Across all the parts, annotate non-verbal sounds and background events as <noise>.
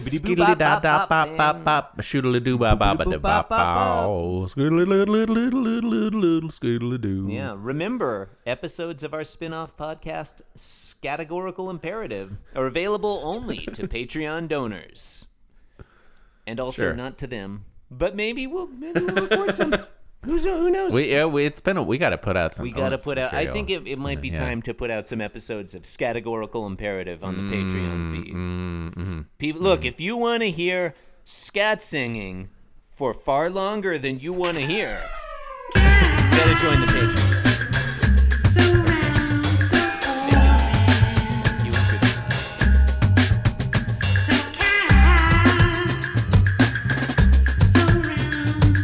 Skiddly da da bop bop bop, shoodly doo bop bop da bop bop, skiddly little little little little skiddly doo. Yeah, remember episodes of our spin-off podcast Categorical Imperative are available only <laughs> to Patreon donors. And also Sure. not to them. But maybe we'll maybe we'll record some. Who's, who knows? We yeah, we, it's been a, we got to put out some. we got to bonus put out I material. think it, it It's might been- be yeah. time to put out some episodes of Categorical Imperative on the Mm, Patreon feed. mm-hmm. People look, if you want to hear scat singing for far longer than you want to hear, you got to join the Patreon. So round, so full, You could- so kind. So round,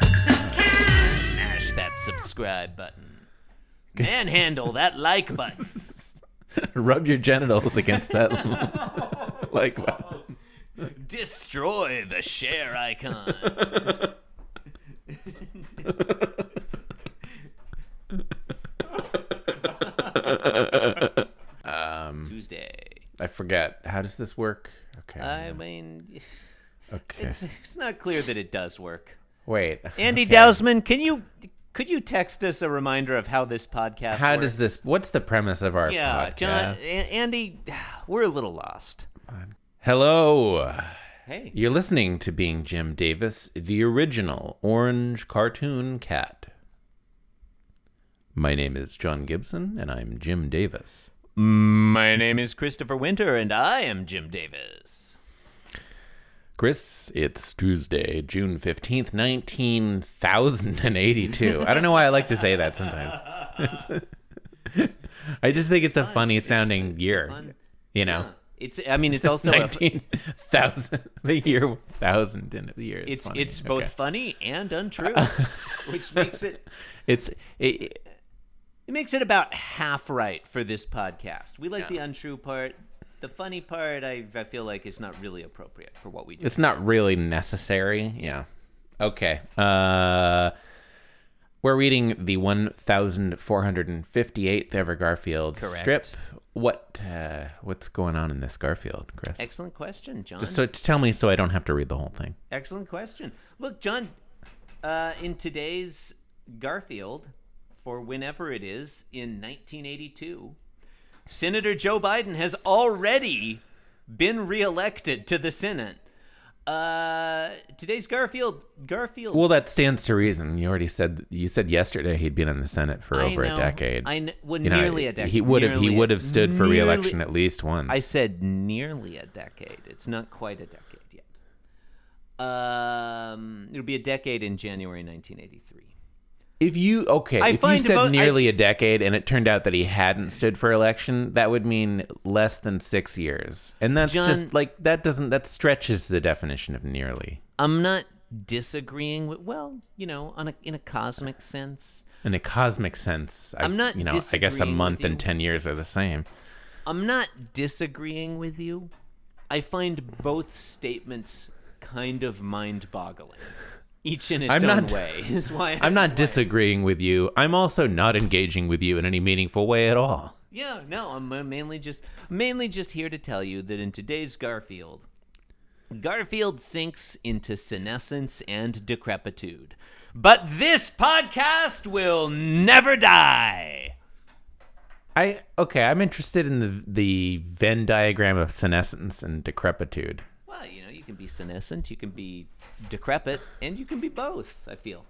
so full, so kind. smash that subscribe button. Manhandle that like button. Rub your genitals against that. like what? Destroy the share icon. Um, Tuesday. I forget. How does this work? Okay. I mean, <laughs> okay. it's, it's not clear that it does work. Wait. Andy okay. Dowsman, can you could you text us a reminder of how this podcast? How works? does this? What's the premise of our Yeah, podcast? John, A- Andy, <sighs> we're a little lost. Hello. Hey, You're listening to Being Jim Davis, the original orange cartoon cat. My name is John Gibson, and I'm Jim Davis. My name is Christopher Winter, and I am Jim Davis. Chris, it's Tuesday, June 15th, 19,082. I don't know why I like to say that sometimes. <laughs> I just think it's, a funny sounding year, fun. you know? It's. I mean, <laughs> it's also. a, it's 19,000, the year 1,000 in the year. It's, it's, funny. both Okay. funny and <laughs> untrue, which makes it It's, it, it makes it about half right for this podcast. We like the untrue part. The funny part, I, I feel like, is not really appropriate for what we do. it's not really necessary. Yeah. Okay. Uh we're reading the 1458th ever Garfield Correct. strip. What uh what's going on in this Garfield, Chris? Excellent question, John. so t- tell me so I don't have to read the whole thing. Excellent question. Look, John, uh, in today's Garfield, for whenever it is in 1982, Senator Joe Biden has already been reelected to the Senate. Uh, today's Garfield, Garfield. Well, that stands to reason. You already said you said yesterday he'd been in the Senate for over a decade. I kn- well, You know, nearly a decade. He would have he Nearly- would have stood for nearly- re-election at least once. I said nearly a decade. It's not quite a decade yet. Um, it'll be a decade in January 1983. If you okay, I if you find said about- I- nearly a decade and it turned out that he hadn't stood for election, that would mean less than six years, and that's John- just like that doesn't that stretches the definition of nearly I'm not disagreeing with. Well, you know, on a, in a cosmic sense, in a cosmic sense. I, I'm not you know, I guess a disagreeing month with you. and ten years are the same. I'm not disagreeing with you. I find both statements kind of mind-boggling, each in its I'm own not- way. <laughs> Is why <laughs> I'm not disagreeing with you. I'm also not engaging with you in any meaningful way at all. Yeah, no, I'm uh, mainly just mainly just here to tell you that in today's Garfield, Garfield sinks into senescence and decrepitude. But this podcast will never die. I okay. I'm interested in the the Venn diagram of senescence and decrepitude. Well, you know, you can be senescent, you can be decrepit, and you can be both, I feel.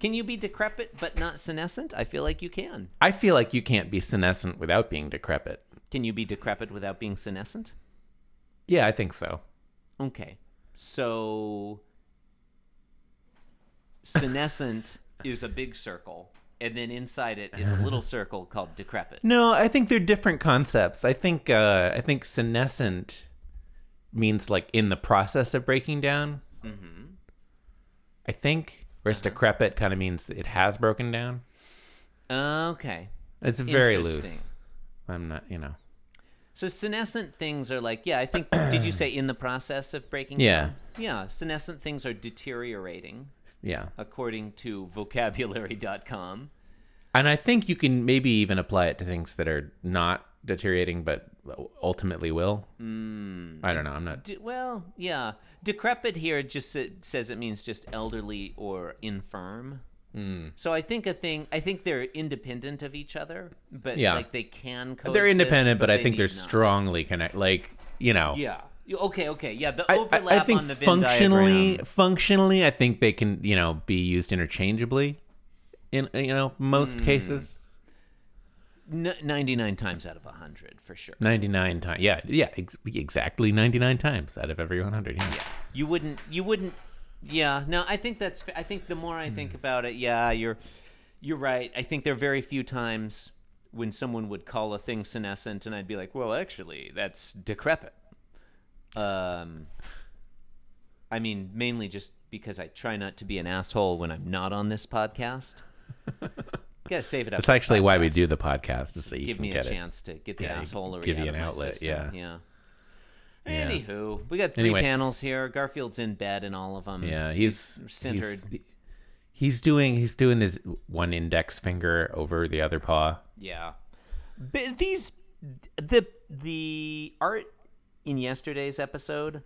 Can you be decrepit but not senescent? I feel like you can. I feel like you can't be senescent without being decrepit. Can you be decrepit without being senescent? Yeah, I think so. Okay. So senescent is a big circle, and then inside it is a little circle called decrepit. No, I think they're different concepts. I think uh, I think senescent means like in the process of breaking down. Mm-hmm. I think whereas decrepit kind of means it has broken down. Okay. It's very loose. Interesting. I'm not, you know. So senescent things are like, yeah, I think did you say in the process of breaking Yeah. down? Yeah, senescent things are deteriorating Yeah, according to <laughs> vocabulary.com. and I think you can maybe even apply it to things that are not deteriorating, but ultimately will. Mm. I don't know. I'm not. D- well, yeah. Decrepit here just s- says it means just elderly or infirm. Hmm. So I think a thing. I think they're independent of each other, but Yeah. like they can. Coexist, They're independent, but, I they think they're need not. strongly connected. Like you know. Yeah. You- Okay. Okay. Yeah. The I- I, overlap I think on the Venn functionally, diagram. functionally, I think they can you know be used interchangeably. In uh, you know most Hmm. cases, N- ninety-nine times out of hundred for sure. ninety nine times. Yeah, yeah, ex- exactly ninety nine times out of every one hundred. Yeah. You wouldn't. You wouldn't. Yeah. No. I think that's. fa- I think the more I think Hmm. about it, yeah, you're. You're right. I think there are very few times when someone would call a thing senescent, and I'd be like, "Well, actually, that's decrepit." Um. I mean, mainly just because I try not to be an asshole when I'm not on this <laughs> podcast. Gotta save it up. That's actually why we do the podcast, is so you give can me a get it. chance to get the Yeah, you- asshole or give you out an of my outlet, system. yeah. yeah. Yeah. Anywho, we got three Anyway. panels here. Garfield's in bed in all of them. Yeah, he's centered. He's, he's doing he's doing his one index finger over the other paw. Yeah. But these the the art in yesterday's episode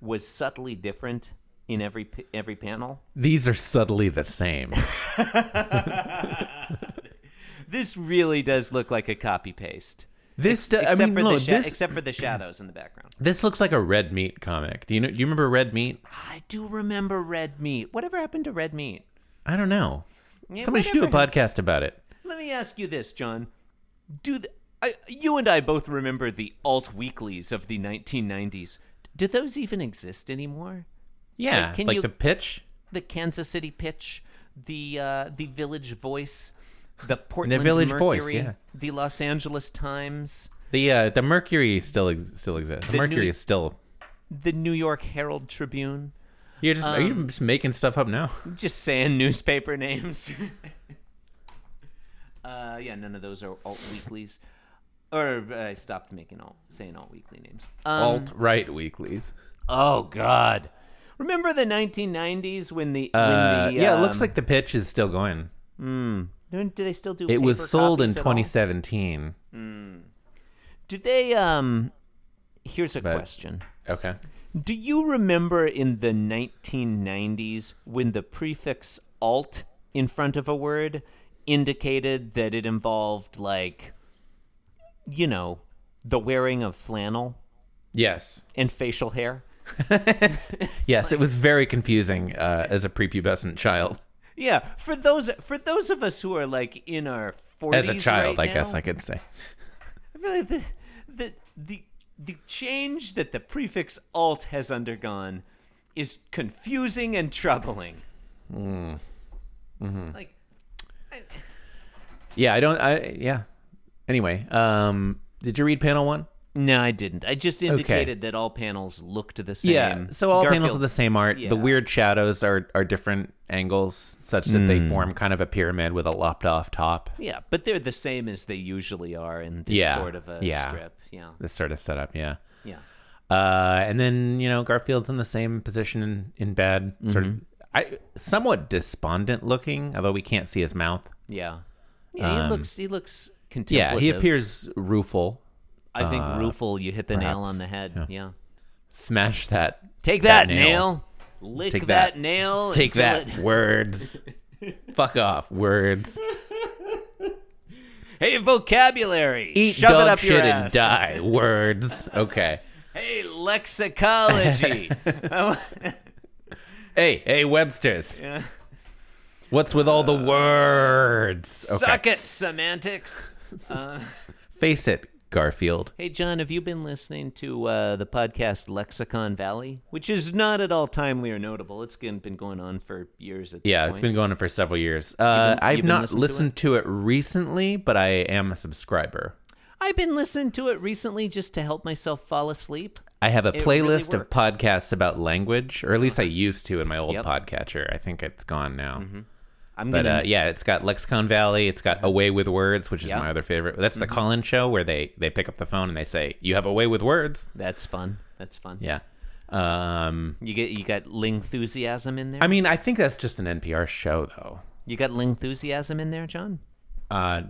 was subtly different in every p- every panel. These are subtly <laughs> the same. This really does look like a copy paste. This do- I Except mean, for no, the sha- this except for the shadows in the background. this looks like a red meat comic. Do you know? Do you remember red meat? I do remember red meat. Whatever happened to red meat? I don't know. Yeah, Somebody should do a whatever podcast about it. Let me ask you this, John. Do the, I, you and I both remember the alt weeklies of the 1990s? Do those even exist anymore? Yeah, Like, like, can you- the pitch. The Kansas City Pitch, the uh, the Village Voice, the Portland Village Mercury, Voice, yeah. the Los Angeles Times, The uh, the Mercury still ex- still exists. The, new- Mercury is still. the New York Herald Tribune. You're just are Um, you just making stuff up now? Just saying <laughs> newspaper names. <laughs> uh, yeah, none of those are alt weeklies. Or uh, I stopped making alt saying alt weekly names. Um, Alt right weeklies. Oh God! Remember the 1990s when the, when Uh, the yeah, it looks um, like the pitch is still going. don't- do they still do? It was paper sold in copies at all? 2017. Do they? Um, here's a But- question: Okay. Do you remember in the 1990s when the prefix alt in front of a word indicated that it involved like, you know, the wearing of flannel Yes. and facial hair? Yes, it was very confusing uh, as a prepubescent child. Yeah, for those for those of us who are like in our 40s As a child, right I guess now- I could say. I feel like the the the the change that the prefix alt has undergone is confusing and troubling. Hmm. Mm-hmm. Like, Yeah, I don't. I yeah. Anyway, um, did you read panel one? no, I didn't. I just indicated that all panels looked the same. Yeah. So all panels are the Garfield's- same art. yeah. The weird shadows are are different angles, such that they form kind of a pyramid with a lopped off top. Yeah, but they're the same as they usually are in this Yeah, sort of a yeah. strip. Yeah, This sort of setup. Yeah. yeah. Uh, and then you know Garfield's in the same position in, in bed, sort of, I somewhat despondent looking, although we can't see his mouth. Yeah. Yeah, he looks he looks contemplative. Um, Yeah, he appears rueful. I think rueful you hit the nail perhaps, on the head. yeah. Smash that. Take that, That nail. nail. Lick Take that. that. nail. Take until that. it- <laughs> Words. Fuck off. Words. Hey, vocabulary. Eat Shove dog it up shit your and ass. die. Words. Okay. Hey, <laughs> lexicology. Hey, hey, Webster's. What's with all the words? Okay. Uh, Suck it, semantics. Uh, Face it, Garfield. hey, John, have you been listening to uh, the podcast Lexicon Valley, which is not at all timely or notable? It's been been going on for years at this Yeah, point. it's been going on for several years. Uh, been- I've you've been not listening to listened to it? recently, but I am a subscriber. I've been listening to it recently just to help myself fall asleep. I have a It really playlist of works. podcasts about language, or at least I used to in my old Yep. Mm-hmm. podcatcher. I think it's gone now. I'm But gonna uh, yeah, it's got Lexicon Valley. It's Mm-hmm. got Away with Words, which is Yeah. my other favorite. That's Mm-hmm. the call-in show where they they pick up the phone and they say, "You have Away with Words." That's fun. That's fun. Yeah. Um, You get you got lingthusiasm in there. I mean, I think that's just an NPR show, though. you got lingthusiasm in there, John. Uh,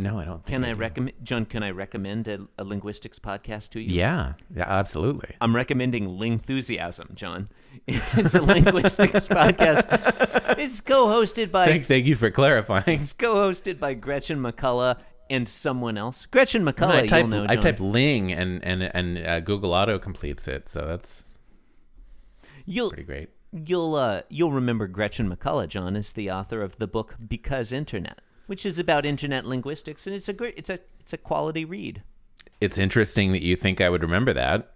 No, I don't. Think Can I do. recommend, John? Can I recommend a, a linguistics podcast to you? Yeah, yeah, absolutely. I'm recommending Lingthusiasm, John. <laughs> It's a linguistics <laughs> podcast. It's co-hosted by Thank, thank you for clarifying. it's co-hosted by Gretchen McCullough and someone else. Gretchen McCullough, I type, you'll know. John. I type Ling and and and uh, Google Auto completes it, so that's you'll pretty great. you'll uh, you'll remember Gretchen McCullough, John, is the author of the book Because Internet, which is about internet linguistics, and it's a great it's a it's a quality read. It's interesting that you think I would remember that.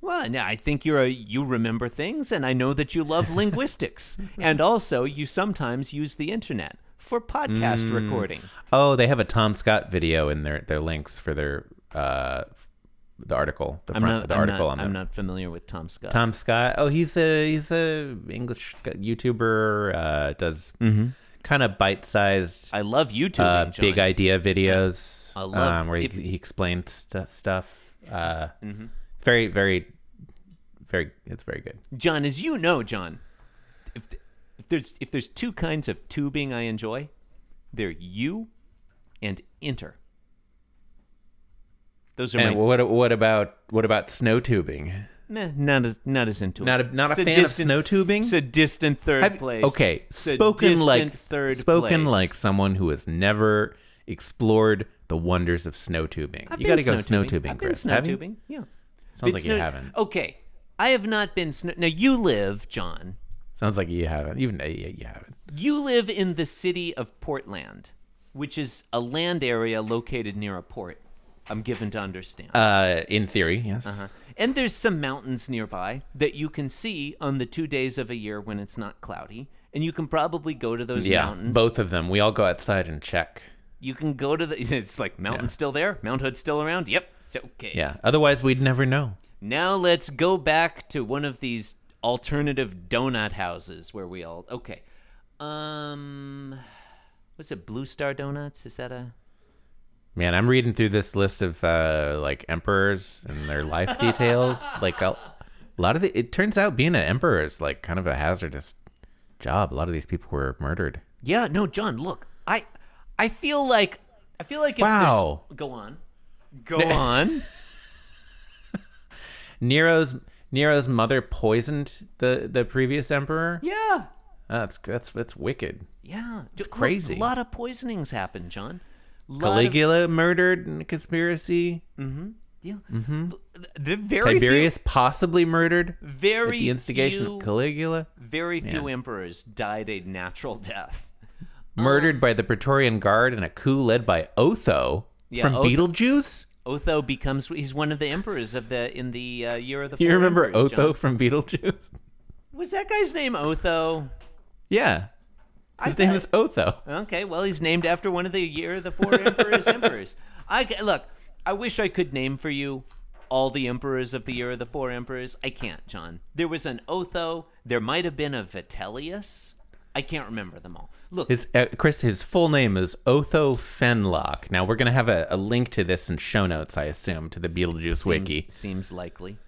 Well, no, I think you're a you remember things, and I know that you <laughs> love linguistics, and also you sometimes use the internet for podcast Mm. recording. Oh, they have a Tom Scott video in their their links for their uh the article, the I'm front not the I'm article not, on I'm them. not familiar with Tom Scott. Tom Scott. Oh, he's a he's a English YouTuber. Uh, does Mm-hmm. kind of bite sized I love YouTube. uh, big idea videos I love- um, where if- Mm-hmm. he, he explains st- stuff. Uh, Very, very, very. It's very good. John, as you know, John, if, th- if there's if there's two kinds of tubing I enjoy, they're you and inter. Those are And my what what about what about snow tubing? nah, not as not as into Not it. a not a It's fan distant- of snow tubing. It's a distant third Have- place. Okay, It's a spoken distant like third spoken place. like someone who has never explored the wonders of snow tubing. I've you been got to go snow tubing, I've been Chris. snow Have you? tubing. Yeah. Been Sounds like snow- oh. you haven't. Okay, I have not been snow. Now you live, John. Sounds like you haven't. Even uh, you you haven't. You live in the city of Portland, which is a land area located near a port. I'm given to understand. Uh, in theory, yes. Uh-huh. and there's some mountains nearby that you can see on the two days of a year when it's not cloudy. And you can probably go to those Yeah, mountains. both of them. We all go outside and check. You can go to the. <laughs> It's like mountain still there, Mount Hood still around. Yep. It's okay. Yeah. Otherwise, we'd never know. Now let's go back to one of these alternative donut houses where we all okay. Um, what's it? Blue Star Donuts? Is that a? Man, I'm reading through this list of uh, like emperors and <laughs> their life details. like a, a lot of the, it turns out being an emperor is like kind of a hazardous job. A lot of these people were murdered. Yeah. No, John. Look, I, I feel like, I feel like. If there's- Wow. Go on. <laughs> Go on. Nero's Nero's mother poisoned the the previous emperor. Yeah. Oh, that's that's that's wicked. Yeah. It's crazy. A lot of poisonings happen, John. Lot of- Caligula murdered in a conspiracy. yeah. Th- The very Mm-hmm. Tiberius possibly murdered few, very at the instigation few, of Caligula. Very few emperors died a natural death. murdered by the Praetorian Guard in a coup led by Otho Yeah, from Otho. Beetlejuice. Otho becomes he's one of the emperors of the in the uh, year of the. You Four remember Emperors, Otho John. from Beetlejuice? Was that guy's name Otho? <laughs> Yeah, his name is Otho. Okay, well he's named after one of the year of the <laughs> four emperors emperors. I ca- look. I wish I could name for you all the emperors of the year of the four emperors. I can't, John. There was an Otho. There might have been a Vitellius. I can't remember them all. Look, His uh, Chris, his full name is Otho Fenlock. Now we're gonna have a, a link to this in show notes, I assume, to the Beetlejuice seems, wiki. seems likely. <laughs>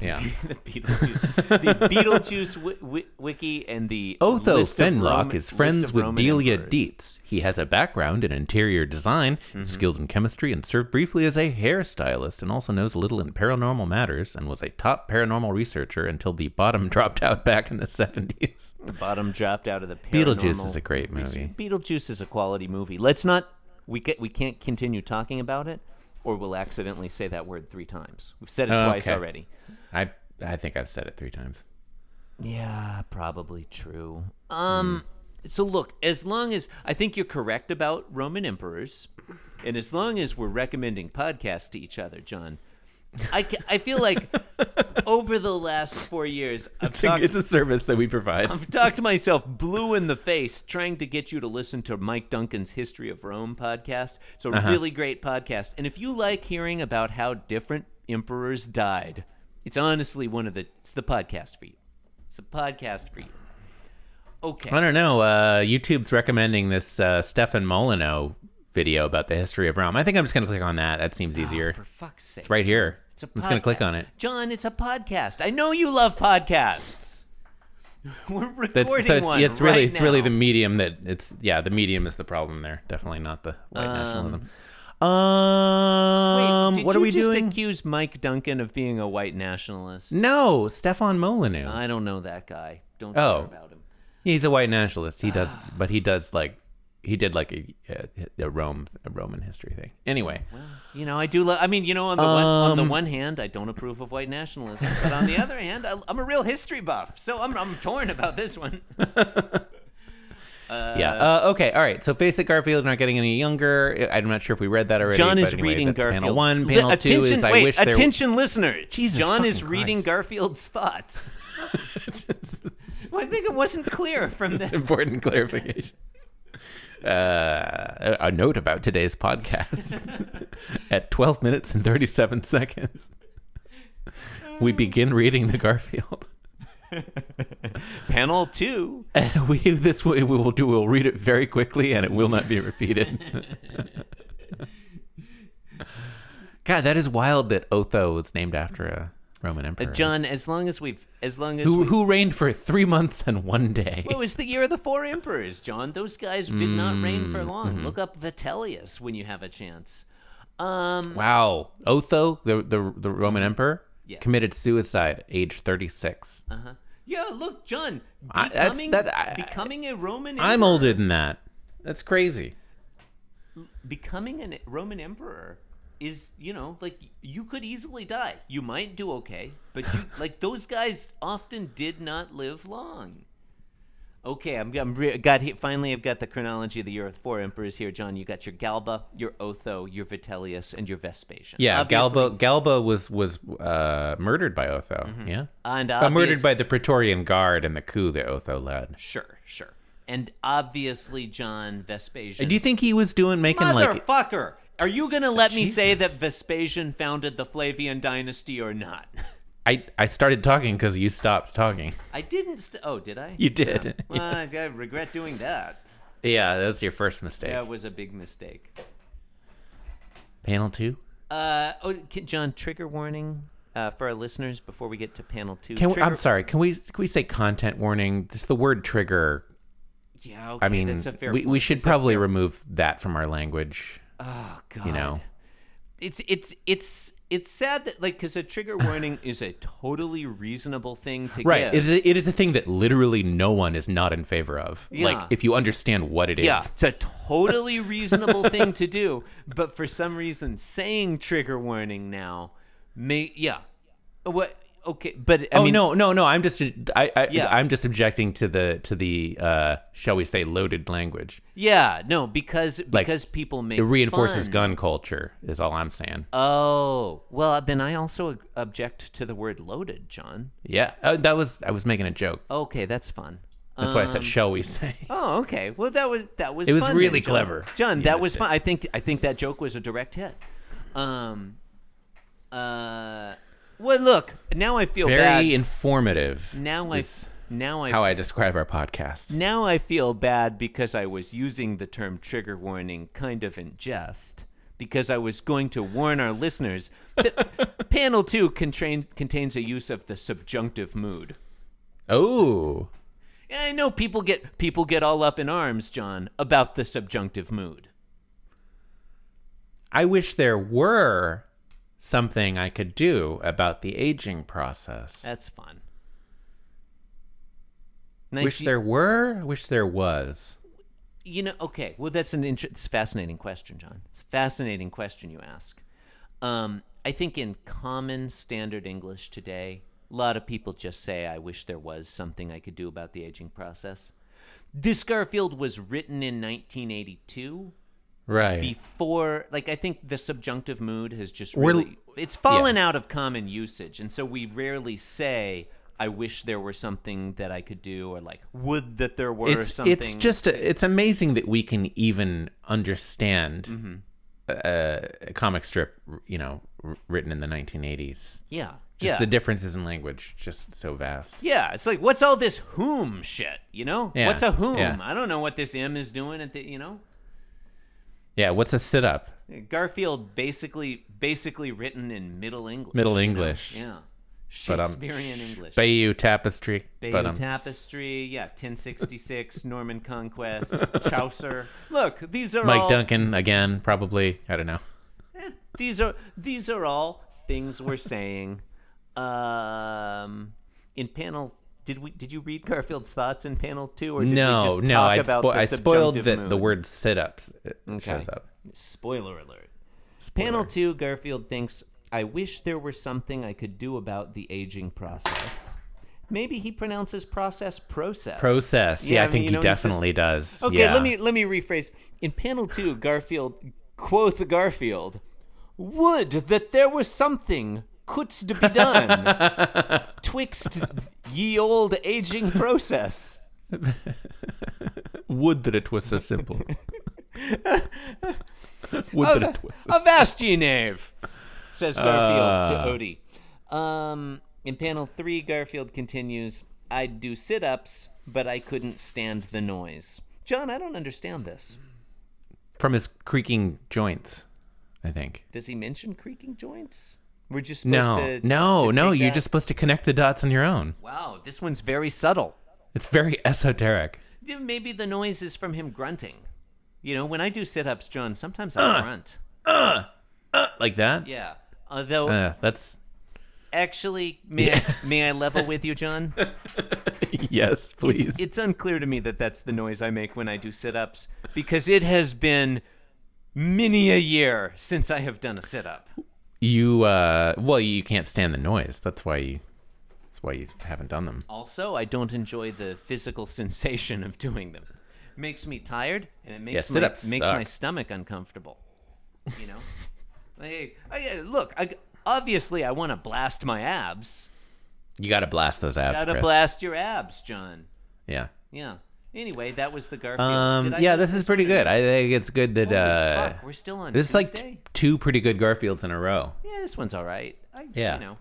Yeah, the Beetlejuice, <laughs> the Beetlejuice wi- wi- wiki, and the Otho list of Fenlock Roman- list is friends of with Roman Delia emperors. Mm-hmm. Dietz. He has a background in interior design, is skilled in chemistry, and served briefly as a hairstylist, and also knows a little in paranormal matters, and was a top paranormal researcher until the bottom <laughs> dropped out back in the 70s. bottom dropped out of the Beetlejuice is paranormal a great research. movie. Beetlejuice is a quality movie. Let's not we get we can't continue talking about it, or we'll accidentally say that word three times. We've said it twice Oh, Okay. already. I I think I've said it three times. <laughs> Yeah, probably true. Um, so look, as long as I think you're correct about Roman emperors, and as long as we're recommending podcasts to each other, John. I, ca- I feel <laughs> like over the last four years, I've It's a, talked it's a service that we provide. I've talked myself blue in the face trying to get you to listen to Mike Duncan's History of Rome podcast. It's a Uh-huh. really great podcast. And if you like hearing about how different emperors died, it's honestly one of the it's the podcast for you. It's a podcast for you. I Okay. don't know. Uh, YouTube's recommending this uh, Stefan Molyneux video about the history of Rome. I think I'm just gonna click on that. That seems easier. Ah, For fuck's sake. it's right here. It's a I'm just gonna click podcast. on it. John, it's a podcast. I know you love podcasts. <laughs> We're recording That's so it's, one. it's really right it's really now. the medium that it's yeah the medium is the problem there definitely not the white Um, nationalism. Wait, Um, did what you are we just doing? accuse Mike Duncan of being a white nationalist? no, Stefan Molyneux. I don't know that guy. Don't Oh. care about him. He's a white nationalist. He does, Ah. but he does like he did like a, a, a Rome a Roman history thing. Anyway, You know, I do. Lo- I mean, you know, on the one on the Um, one hand, I don't approve of white nationalism, but on the other hand, I, I'm a real history buff, so I'm I'm torn about this <laughs> one. yeah. Uh, okay, all right. So face it, Garfield. We're not getting any younger. I- I'm not sure if we read that already. John but is anyway, reading that's Garfield's Panel one, Li- panel two attention, is I wait, wish there. <laughs> attention, listener. Jesus John is fucking reading Christ. Garfield's thoughts. <laughs> Well, I think it wasn't clear from It's that. <laughs> important clarification. Uh, a a note about today's podcast. <laughs> At 12 minutes and 37 seconds, we begin reading the Garfield. <laughs> Panel two. we this way we will do. We'll read it very quickly, and it will not be repeated. <laughs> God, that is wild that Otho was named after a Roman emperor. John, That's- as long as we've, as long as who we, who reigned for three months and one day. It was the year of the four emperors, John. Those guys did not reign Mm, for long. mm-hmm. Look up Vitellius when you have a chance. Um, Wow, Otho, the the, the Roman emperor, Yes. Uh-huh. committed suicide at age thirty six. yeah, look, John, I- that's- becoming, that- I- becoming a Roman I'm emperor- older than that. That's crazy. becoming a Roman emperor is, you know, like you could easily die. You might do okay, but <laughs> you like those guys often did not live long. Okay, I'm, I'm re- got he- finally I've got the chronology of the year of four emperors here, John. You got your Galba, your Otho, your Vitellius, and your Vespasian. Yeah, Obviously- Galba Galba was was uh, murdered by Otho. Yeah, and Uh, murdered Mm-hmm. obvious- by the Praetorian Guard in the coup that Otho led. Sure, sure, and obviously John Vespasian. Do you think he was doing making like motherfucker? Are you gonna let me say that Jesus. Vespasian founded the Flavian dynasty or not? <laughs> I I started talking because you stopped talking. I didn't. St- oh, did I? You did. Well, I, I regret doing that. yeah, that's your first mistake. That was a big mistake. Panel two. Uh, oh, can, John, trigger warning uh, for our listeners before we get to panel two. Can we, Trigger- I'm sorry. Can we can we say content warning? Just the word trigger. Yeah, okay, I mean, that's a fair we, we point. should It's a- probably remove that from our language. oh God, You know. it's it's it's it's sad that like because a trigger warning is a totally reasonable thing to Right. give. It, is a, it is a thing that literally no one is not in favor of. Yeah. Like, if you understand what it is. Yeah, it's a totally reasonable thing to do, but for some reason, saying trigger warning now, may yeah, what? Okay, but I oh mean, no, no, no! I'm just, I, I, Yeah. I'm just objecting to the, to the, uh, shall we say, loaded language. Yeah, no, because because people make It reinforces fun. gun culture. Is all I'm saying. Oh well, then I also ag- object to the word loaded, John. yeah, uh, that was, I was making a joke. Okay, that's fun. Um, That's why I said, shall <laughs> we say? Oh, okay. Well, that was that was. It was fun then, really John. clever. John. You That missed was it. fun. I think I think that joke was a direct hit. Um, uh, well, look. Now I feel Very bad. informative. now I is now I, how I describe our podcast. now I feel bad because I was using the term trigger warning kind of in jest because I was going to warn our listeners <laughs> that panel 2 contain, contains a use of the subjunctive mood. Oh, And I know people get people get all up in arms, John, about the subjunctive mood. I wish there were something I could do about the aging process. That's fun. Nice wish you- there were. Wish there was. You know, okay. Well, that's an inter- it's a fascinating question, John. It's a fascinating question you ask. Um, I think in common standard English today, a lot of people just say, "I wish there was something I could do about the aging process." This Garfield was written in 1982. Right. Before, like, I think the subjunctive mood has just We're- really it's fallen out of common usage, and so we rarely say. I wish there were something that I could do, or like, would that there were it's something. it's just a, it's amazing that we can even understand Mm-hmm. a, a comic strip, you know, wr- written in the 1980s. yeah, Just yeah. the differences in language, just so vast. Yeah, it's like what's all this whom shit? You know, Yeah, what's a whom? yeah. I don't know what this M is doing at the. You know, Yeah. What's a sit up? Garfield basically basically written in Middle English. Middle English. Yeah, But, um, Shakespearean English. Bayou Tapestry. Bayeux but, um, Tapestry, yeah, 1066, <laughs> Norman Conquest, <laughs> Chaucer. Look, these are Mike all Duncan again, probably. I don't know. these are these are all things we're saying. Um, in panel, did we did you read Garfield's thoughts in panel two, or did we No, just no, talk I, about spo- the I spoiled subjunctive that the moon? word sit ups shows Okay. up. Spoiler alert. Panel two, Garfield thinks, I wish there were something I could do about the aging process. Maybe he pronounces process process. Process. Yeah, I mean, think you know, he he says- definitely does. Okay, yeah. let me let me rephrase. In panel two, Garfield quoth Garfield, "Would that there were something couldst be done <laughs> twixt ye old aging process." Would that it was so <laughs> simple. Would that it was. Avast ye knave, says Garfield Ah. to Odie. Um, in panel three, Garfield continues, I'd do sit ups, but I couldn't stand the noise. John, I don't understand this. From his creaking joints, I think. Does he mention creaking joints? We're just No, supposed to. no, to no. take You're that- just supposed to connect the dots on your own. Wow, this one's very subtle. It's very <laughs> esoteric. Yeah, Maybe the noise is from him grunting. You know, when I do sit ups, John, sometimes I grunt. Like that? Yeah. Although, Uh, that's. actually, may, <laughs> I, may I level with you, John? Yes, please. It's, it's unclear to me that that's the noise I make when I do sit ups because it has been many a year since I have done a sit up. you, uh, well, you can't stand the noise. That's why you. That's why you haven't done them. Also, I don't enjoy the physical sensation of doing them. Makes me tired and it makes, Yeah, my, sit-ups makes suck. my stomach uncomfortable. You know? <laughs> like, I, I- look, I, obviously, I want to blast my abs. You got to blast those abs. Gotta Chris. blast your abs, John. Yeah. Yeah. Anyway, that was the Garfield. Um. Did I Yeah. lose This is pretty one? good. I think it's good that. Holy uh, fuck, we're still on This is like Tuesday? t- two pretty good Garfields in a row. yeah, this one's all right. I, Yeah. You know,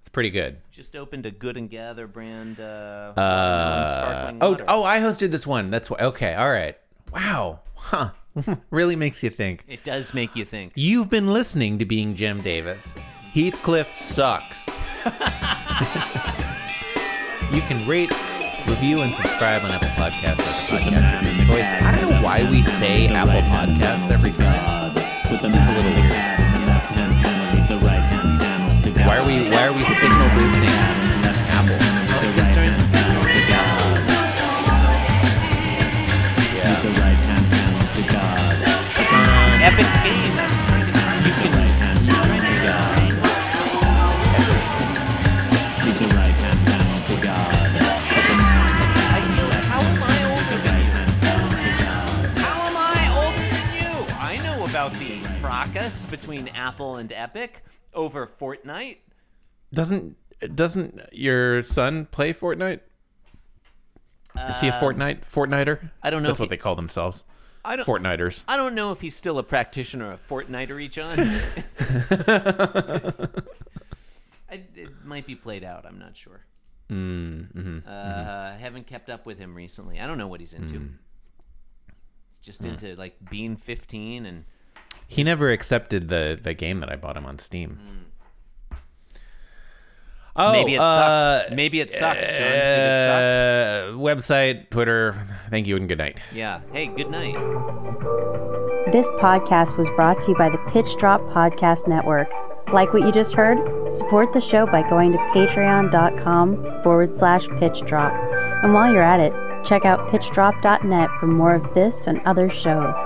It's pretty good. just opened a Good and Gather brand. Uh, Uh, sparkling oh, water. oh, I hosted this one. That's why. Okay, all right. Wow, huh? <laughs> really makes you think. It does make you think. You've been listening to Being Jim Davis. Heathcliff sucks. <laughs> you can rate, review, and subscribe on Apple Podcasts. As a podcast of your choice. I don't know why we say Apple Podcasts every time. It's a little weird. Why are we Why are we signal boosting Apple? Epic Games is trying to find you can I feel like, how am I older than you? How am I older than you? I know about the fracas between Apple and Epic over Fortnite. Doesn't Doesn't your son play Fortnite? Is he a Fortnite Fortniter? Uh, I don't know That's if what he- they call <laughs> themselves. I don't. Fortniters. I don't know if he's still a practitioner of Fortnitery, <laughs> John. I, it might be played out. I'm not sure. Mm, mm-hmm, uh, Haven't kept up with him recently. I don't know what he's into. Mm. He's just Hmm. into like Bean 15 and He never accepted the the game that I bought him on Steam. Oh, Hmm. maybe it uh, sucked. Maybe it sucked, John. Did it suck? uh, website, Twitter. Thank you and good night. Yeah. Hey, good night. This podcast was brought to you by the Pitch Drop Podcast Network. Like what you just heard? Support the show by going to patreon.com forward slash pitch drop. And while you're at it, check out pitchdrop.net for more of this and other shows.